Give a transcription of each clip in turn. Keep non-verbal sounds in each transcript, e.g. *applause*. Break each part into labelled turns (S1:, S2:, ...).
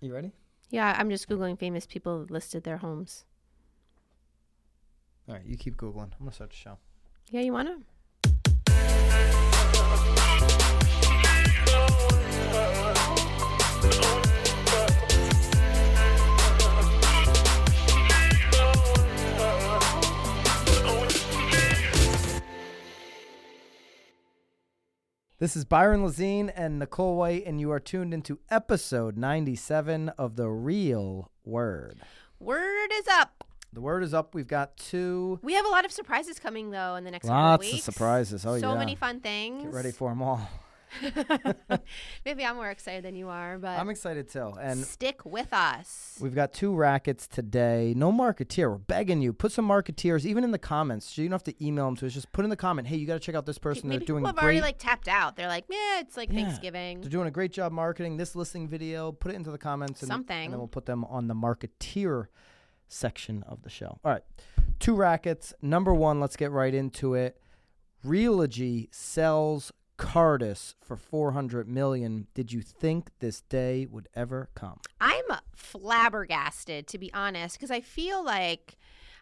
S1: You ready?
S2: Yeah, I'm just googling famous people that listed their homes.
S1: All right, you keep googling. I'm gonna start the show.
S2: Yeah, you wanna?
S1: This is Byron Lazine and Nicole White, and you are tuned into episode 97 of the Real Word.
S2: Word is up.
S1: The word is up. We've got two.
S2: We have a lot of surprises coming though in the next couple of
S1: Lots of
S2: weeks.
S1: surprises. Oh
S2: so
S1: yeah.
S2: many fun things.
S1: Get ready for *laughs* them all.
S2: *laughs* Maybe I'm more excited than you are, but
S1: I'm excited too, and
S2: stick with us.
S1: We've got two rackets today. No marketeer. We're begging you. Put some marketeers, even in the comments. You don't have to email them to us. Just put in the comment, hey, you got to check out this person.
S2: Maybe
S1: They're doing
S2: people have
S1: great.
S2: already like tapped out. They're like, yeah, it's like
S1: Yeah. They're
S2: Thanksgiving.
S1: doing a great job marketing this listing video. Put it into the comments. And,
S2: Something.
S1: And then we'll put them on the marketeer section of the show. All right. Two rackets. Number one, let's get right into it. Realogy sells Cardis for 400 million. Did you think this day would ever come?
S2: I'm flabbergasted to be honest, because I feel like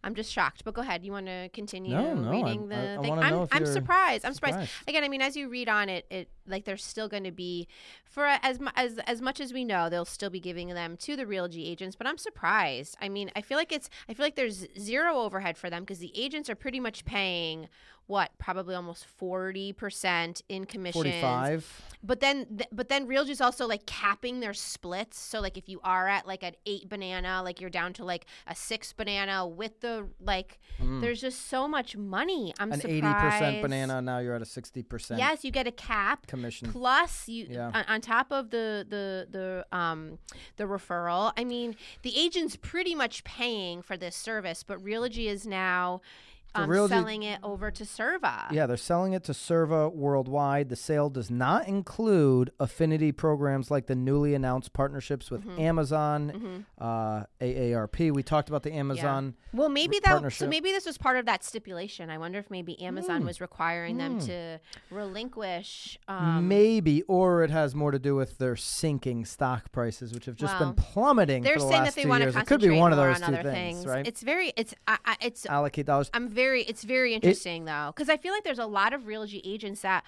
S2: I'm just shocked. But go ahead. You want to continue
S1: No, no, I'm-
S2: reading the
S1: I- I
S2: thing?
S1: wanna
S2: I'm,
S1: know if
S2: I'm
S1: you're
S2: surprised. I'm surprised.
S1: surprised.
S2: Again, I mean, as you read on it, it like there's still going to be for a- as mu- as as much as we know, they'll still be giving them to the real G agents. But I'm surprised. I mean, I feel like it's I feel like there's zero overhead for them because the agents are pretty much paying what probably almost forty percent in commissions.
S1: 45.
S2: But then, th- but then Real Juice also like capping their splits. So like, if you are at like an eight banana, like you're down to like a six banana with the like. There's just so much money. I'm
S1: Mm. an eighty
S2: surprised.
S1: percent banana. Now you're at a sixty percent
S2: Yes, you get a cap.
S1: commission.
S2: Plus, you
S1: Yeah.
S2: on, on top of the the the um the referral. I mean, the agent's pretty much paying for this service, but Realogy is now
S1: So
S2: um,
S1: Realogy-
S2: selling it over to Serva.
S1: yeah, they're selling it to Serva worldwide. The sale does not include affinity programs like the newly announced partnerships with
S2: Mm-hmm.
S1: Amazon, uh, AARP. We talked about the Amazon.
S2: Well, maybe that. So
S1: partnership. Hmm.
S2: maybe this was part of that stipulation. I wonder if maybe Amazon was requiring them to relinquish. Um,
S1: Maybe, or it has more to do with their sinking stock prices, which have just
S2: Well,
S1: been plummeting.
S2: they're
S1: for the
S2: saying
S1: last
S2: that they
S1: two
S2: want to
S1: years. It
S2: concentrate
S1: could be one of
S2: more
S1: those
S2: on
S1: two
S2: other
S1: things,
S2: things.
S1: right?
S2: It's very. It's. I, I, it's.
S1: Allocate dollars.
S2: I'm very. It's very interesting though, because I feel like there's a lot of real G agents that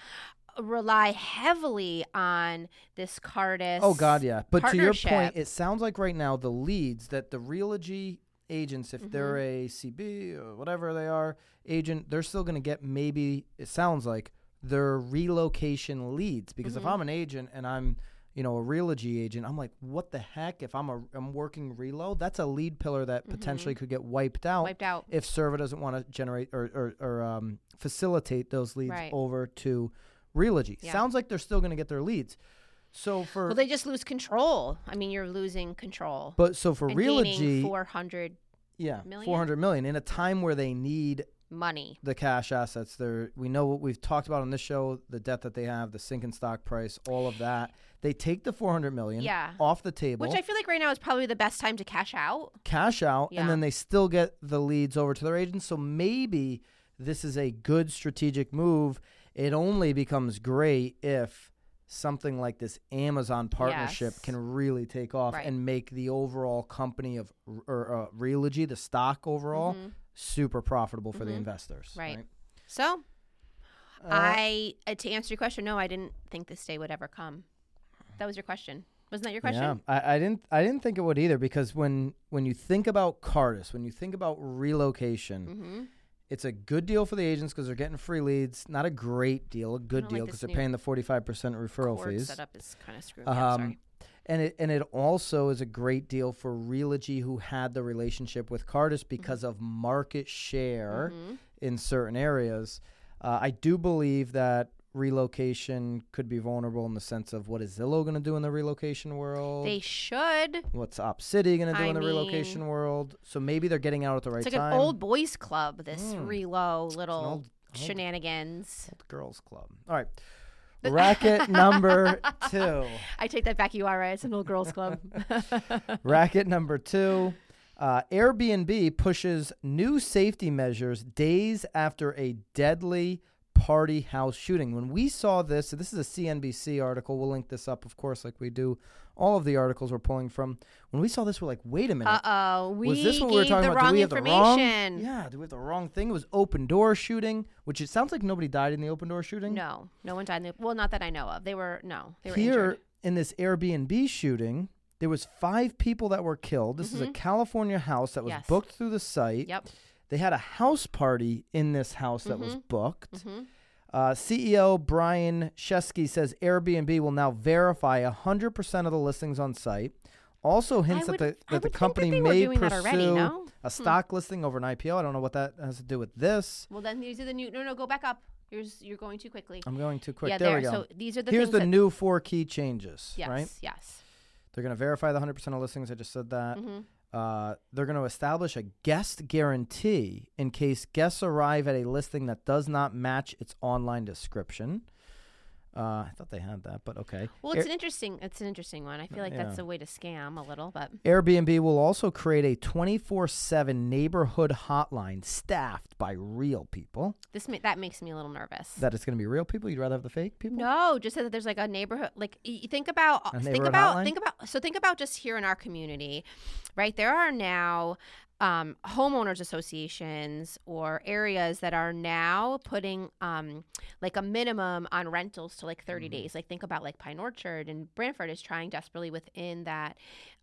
S2: rely heavily on this Cardis.
S1: Oh God, yeah. But to your point,
S2: partnership.
S1: it sounds like right now the leads that the Realogy agents, if they're
S2: Mm-hmm.
S1: a CB or whatever they are agent, they're still going to get maybe it sounds like their relocation leads because
S2: Mm-hmm.
S1: if I'm an agent and I'm you know a Realogy agent, I'm like, what the heck? If I'm a I'm working reload, that's a lead pillar that potentially could get wiped out.
S2: Mm-hmm. Wiped out.
S1: If Serva doesn't want to generate or or, or um, facilitate those leads
S2: Right.
S1: over to Realogy,
S2: Yeah.
S1: sounds like they're still going to get their leads. So for
S2: Well, they just lose control. I mean, you're losing control.
S1: but so for
S2: and
S1: Realogy,
S2: gaining 400
S1: yeah,
S2: million?
S1: four hundred million in a time where they need
S2: money.
S1: the cash assets. They're we know what we've talked about on this show, the debt that they have, the sinking stock price, all of that. They take the four hundred million
S2: Yeah.
S1: off the table,
S2: Which I feel like right now is probably the best time to cash out.
S1: cash out,
S2: Yeah.
S1: and then they still get the leads over to their agents. So maybe this is a good strategic move. It only becomes great if something like this Amazon partnership
S2: Yes.
S1: can really take off
S2: Right.
S1: and make the overall company of R- or uh, Realogy, the stock overall, super profitable for the investors.
S2: Mm-hmm. Right. So,
S1: Uh-huh.
S2: I uh, to answer your question, no, I didn't think this day would ever come. That was your question. Wasn't that your question?
S1: Yeah, I, I didn't. I didn't think it would either because when when you think about Cardis, when you think about relocation,
S2: Mm-hmm.
S1: it's a good deal for the agents because they're getting free leads. Not a great deal, a good
S2: don't
S1: deal
S2: like
S1: because
S2: this
S1: they're
S2: new
S1: paying the forty five percent referral
S2: Cord
S1: fees.
S2: setup is kind of screwed. yeah,
S1: Um,
S2: sorry.
S1: And it and it also is a great deal for Realogy who had the relationship with Cardis because
S2: Mm-hmm.
S1: of market share in certain areas. Uh, I do believe that relocation could be vulnerable in the sense of what is Zillow going to do in the relocation world?
S2: They should.
S1: What's Op City going to do
S2: I
S1: in the relocation world? So maybe they're getting out at the right
S2: It's like
S1: time.
S2: an old boys club. This relo little
S1: Hmm. old- old-
S2: shenanigans.
S1: Old girls club. All right. Racket number two.
S2: I take that back. You are right. It's an old
S1: *laughs*
S2: girls club.
S1: Racket number two. Uh, Airbnb pushes new safety measures days after a deadly party house shooting. When we saw this, this is a CNBC article. We'll link this up, of course, like we do all of the articles we're pulling from. When we saw this, we're like, wait a minute.
S2: Uh oh, we
S1: was this what
S2: gave
S1: we were talking
S2: the
S1: about? Do
S2: wrong
S1: we have the wrong?
S2: information.
S1: Yeah, do we have the wrong thing? It was open door shooting, which it sounds like nobody died in the open door shooting.
S2: No, no one died. In the, well, not that I know of. They were no, they were
S1: Here
S2: injured.
S1: in this Airbnb shooting, there was five people that were killed. This is a California house that was
S2: Mm-hmm. Yes.
S1: booked through the site.
S2: Yep.
S1: They had a house party in this house that
S2: Mm-hmm.
S1: was booked. Uh, CEO Brian Shesky says Airbnb will now verify 100% of the listings on site. Also hints
S2: would-
S1: that
S2: I
S1: the, that the
S2: would think that
S1: company
S2: they were
S1: may
S2: doing that
S1: pursue
S2: already, no? Hmm.
S1: a stock listing over an IPO. I don't know what that has to do with this.
S2: Well, then these are the new. No, no, go back up. You're s- you're going too quickly.
S1: I'm going too quick.
S2: Yeah,
S1: there we
S2: there.
S1: go.
S2: So these are the
S1: Here's
S2: things
S1: the
S2: that-
S1: new four key changes,
S2: yes,
S1: right?
S2: yes.
S1: They're going to verify the 100% of listings. I just said that.
S2: Mm-hmm.
S1: Uh, they're going to establish a guest guarantee in case guests arrive at a listing that does not match its online description. Uh, I thought they had that, but okay.
S2: Well, it's an interesting. It's an interesting one. I feel like that's
S1: Uh, yeah.
S2: a way to scam a little, but
S1: Airbnb will also create a 24 7 neighborhood hotline staffed by real people.
S2: this ma- that makes me a little nervous.
S1: That it's going to be real people? You'd rather have the fake people?
S2: No, just so that there's like a neighborhood. Like y- you think about, think
S1: neighborhood
S2: about,
S1: hotline?
S2: think about. So think about just here in our community, right? There are now um, homeowners associations or areas that are now putting um, like a minimum on rentals to like 30
S1: Mm-hmm.
S2: days. Like think about like Pine Orchard and Branford is trying desperately within that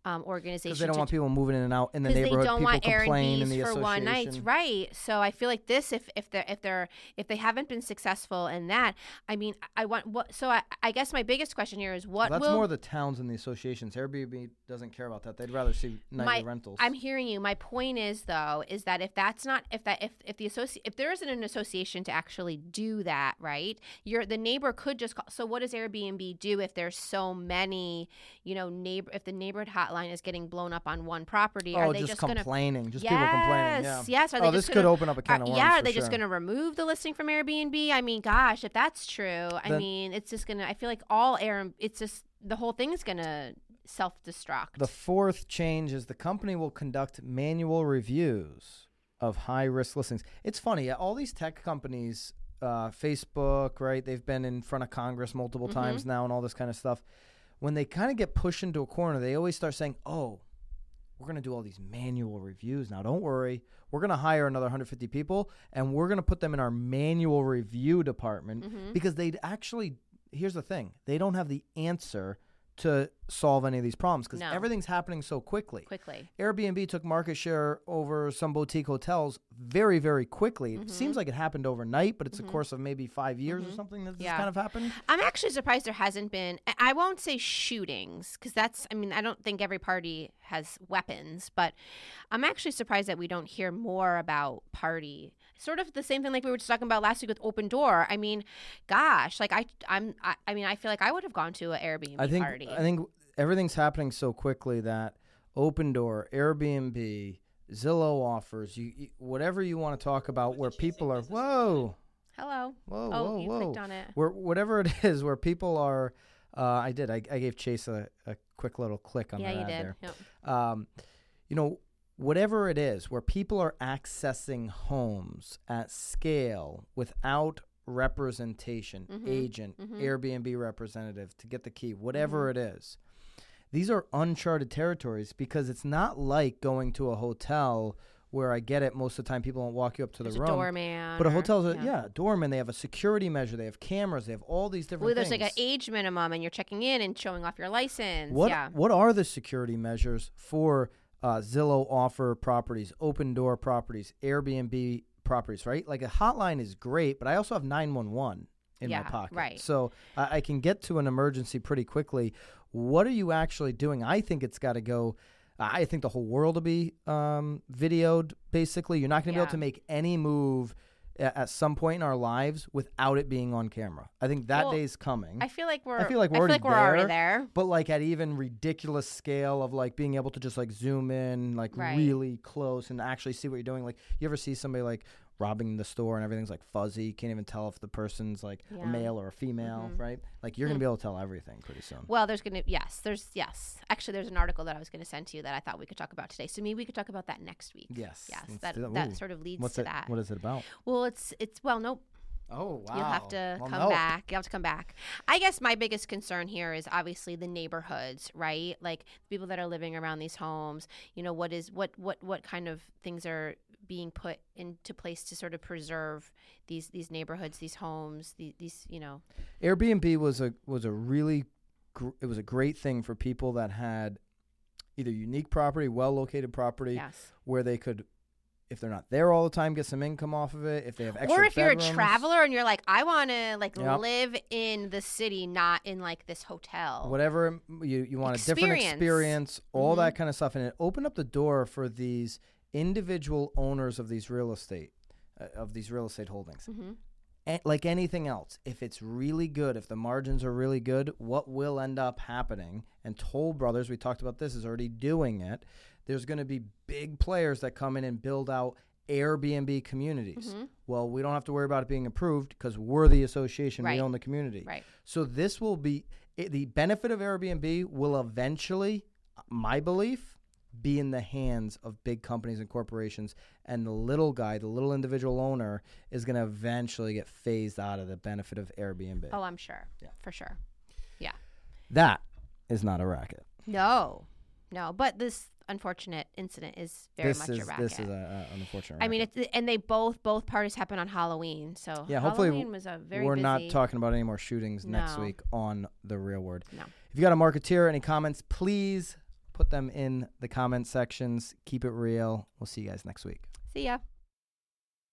S2: um, organization.
S1: Because they don't
S2: to
S1: want people moving in and out in the
S2: because
S1: neighborhood.
S2: they don't
S1: people
S2: want
S1: complain in
S2: Airbnbs
S1: the
S2: for one night,
S1: association.
S2: right? So I feel like this, if if they're if they're if they haven't been successful in that, I mean, I want what. So I, I guess my biggest question here is what
S1: That's
S2: will
S1: more the towns and the associations. Airbnb doesn't care about that. They'd rather see nightly
S2: my-
S1: rentals.
S2: I'm hearing you. My point is though, is that if that's not if that if, if the associate if there isn't an association to actually do that, right? Your the neighbor could just call. So what does Airbnb do if there's so many, you know, neighbor if the neighborhood hotline is getting blown up on one property?
S1: oh,
S2: are they
S1: just,
S2: just gonna
S1: complaining. Just people complaining. Yeah.
S2: Yes, yes. Are they
S1: oh,
S2: just
S1: this could
S2: gonna-
S1: open up a can
S2: are-
S1: of worms.
S2: Uh, Yeah, are
S1: for
S2: they just
S1: sure.
S2: going to remove the listing from Airbnb? I mean, gosh, if that's true, I
S1: Then-
S2: mean, it's just going to, I feel like all Air, it's just, the whole thing is going to self destruct.
S1: The fourth change is the company will conduct manual reviews of high risk listings. It's funny, yeah, all these tech companies, uh, Facebook, right? They've been in front of Congress multiple times now and all this kind of stuff. When they kind of get pushed into a corner, they always start saying, oh, we're going to do all these manual reviews now. Don't worry. We're going to hire another 150 people and we're going to put them in our manual review department because they actually, here's the thing, they don't have the answer to solve any of these problems because
S2: No.
S1: everything's happening so quickly.
S2: quickly.
S1: Airbnb took market share over some boutique hotels very, very quickly. It seems
S2: Mm-hmm.
S1: like it happened overnight, but it's a course of maybe five years or something that this
S2: Yeah.
S1: kind of happened.
S2: I'm actually surprised there hasn't been, I- I won't say shootings, because that's, I mean, I don't think every party has weapons, but I'm actually surprised that we don't hear more about party. Sort of the same thing like we were just talking about last week with Open Door. I mean, gosh, like I, I'm, I, I mean, I feel like I would have gone to an Airbnb
S1: I think
S2: party.
S1: I think everything's happening so quickly that Open Door, Airbnb, Zillow offers you, you whatever you want to talk about, where people are whoa,
S2: Hello.
S1: whoa,
S2: oh,
S1: whoa,
S2: you
S1: whoa,
S2: clicked on it.
S1: where whatever it *laughs* is, where people are. Uh, I did. I, I gave Chase a, a quick little click on
S2: Yeah,
S1: that
S2: you
S1: ad
S2: did.
S1: there.
S2: Yep.
S1: um, you know, whatever it is, where people are accessing homes at scale without representation,
S2: Mm-hmm.
S1: agent, Airbnb representative to get the key, whatever
S2: Mm-hmm.
S1: it is. These are uncharted territories because it's not like going to a hotel where I get it most of the time people don't walk you up to
S2: There's
S1: the
S2: a
S1: room.
S2: doorman.
S1: But a
S2: or-
S1: hotel's a, yeah. doorman. They have a security measure. They have cameras. They have all these different
S2: Well, there's
S1: things.
S2: like an age minimum, and you're checking in and showing off your license.
S1: What
S2: yeah.
S1: what are the security measures for uh, Zillow offer properties, open door properties, Airbnb properties? Right, like a hotline is great, but I also have nine one one in
S2: Yeah,
S1: my pocket,
S2: right.
S1: So I, I can get to an emergency pretty quickly. What are you actually doing? I think it's got to go. I think the whole world will be um, videoed. Basically, you're not going to be
S2: Yeah.
S1: able to make any move a- at some point in our lives without it being on camera. I think that
S2: Well,
S1: day's coming.
S2: I feel like we're.
S1: feel like we're already there.
S2: there.
S1: But like at even ridiculous scale of like being able to just like zoom in like
S2: Right.
S1: really close and actually see what you're doing. Like you ever see somebody like robbing the store and everything's like fuzzy, can't even tell if the person's like
S2: Yeah. Mm-hmm. Hmm.
S1: a male or a female, right? Like you're gonna be able to tell everything pretty soon.
S2: Well, there's gonna yes, there's yes. Actually, there's an article that I was gonna send to you that I thought we could talk about today. So maybe we could talk about that next week.
S1: yes.
S2: Yes,
S1: let's
S2: that
S1: do
S2: that
S1: Ooh.
S2: sort of leads
S1: What's
S2: to
S1: it,
S2: that.
S1: What is it about?
S2: Well, it's it's well, nope.
S1: Oh wow!
S2: You'll have to
S1: Well,
S2: come
S1: no.
S2: back. You'll have to come back. I guess my biggest concern here is obviously the neighborhoods, right? Like the people that are living around these homes. You know, what is what what what kind of things are being put into place to sort of preserve these these neighborhoods, these homes, these, these you know.
S1: Airbnb was a was a really gr- it was a great thing for people that had either unique property, well located property,
S2: Yes.
S1: where they could, if they're not there all the time, get some income off of it. If they have extra
S2: Or if you're a
S1: bedrooms.
S2: traveler and you're like, I want to like
S1: Yep.
S2: live in the city, not in like this hotel.
S1: whatever m- you, you want a different
S2: Experience. Mm-hmm.
S1: experience all that kind of stuff and it opened up the door for these individual owners of these real estate uh, of these real estate holdings
S2: Mhm.
S1: A- like anything else if it's really good if the margins are really good what will end up happening and toll brothers we talked about this is already doing it there's going to be big players that come in and build out airbnb communities
S2: Mm-hmm.
S1: well we don't have to worry about it being approved because we're the association
S2: Right.
S1: we own the community
S2: Right.
S1: so this will be it, the benefit of Airbnb will eventually, my belief, be in the hands of big companies and corporations, and the little guy, the little individual owner, is going to eventually get phased out of the benefit of Airbnb.
S2: Oh, I'm sure. For sure. Yeah.
S1: That is not a racket.
S2: No, no. But this unfortunate incident is very
S1: this
S2: much
S1: is
S2: a racket.
S1: this is a, a, an unfortunate.
S2: I mean,
S1: racket.
S2: it's, and they both both parties happen on Halloween, so
S1: Yeah, hopefully
S2: Halloween was a very
S1: we're
S2: busy.
S1: not talking about any more shootings next
S2: No.
S1: week on the Real Word.
S2: No.
S1: If you got a marketeer, any comments, please put them in the comment sections. Keep it real. We'll see you guys next week.
S2: See ya.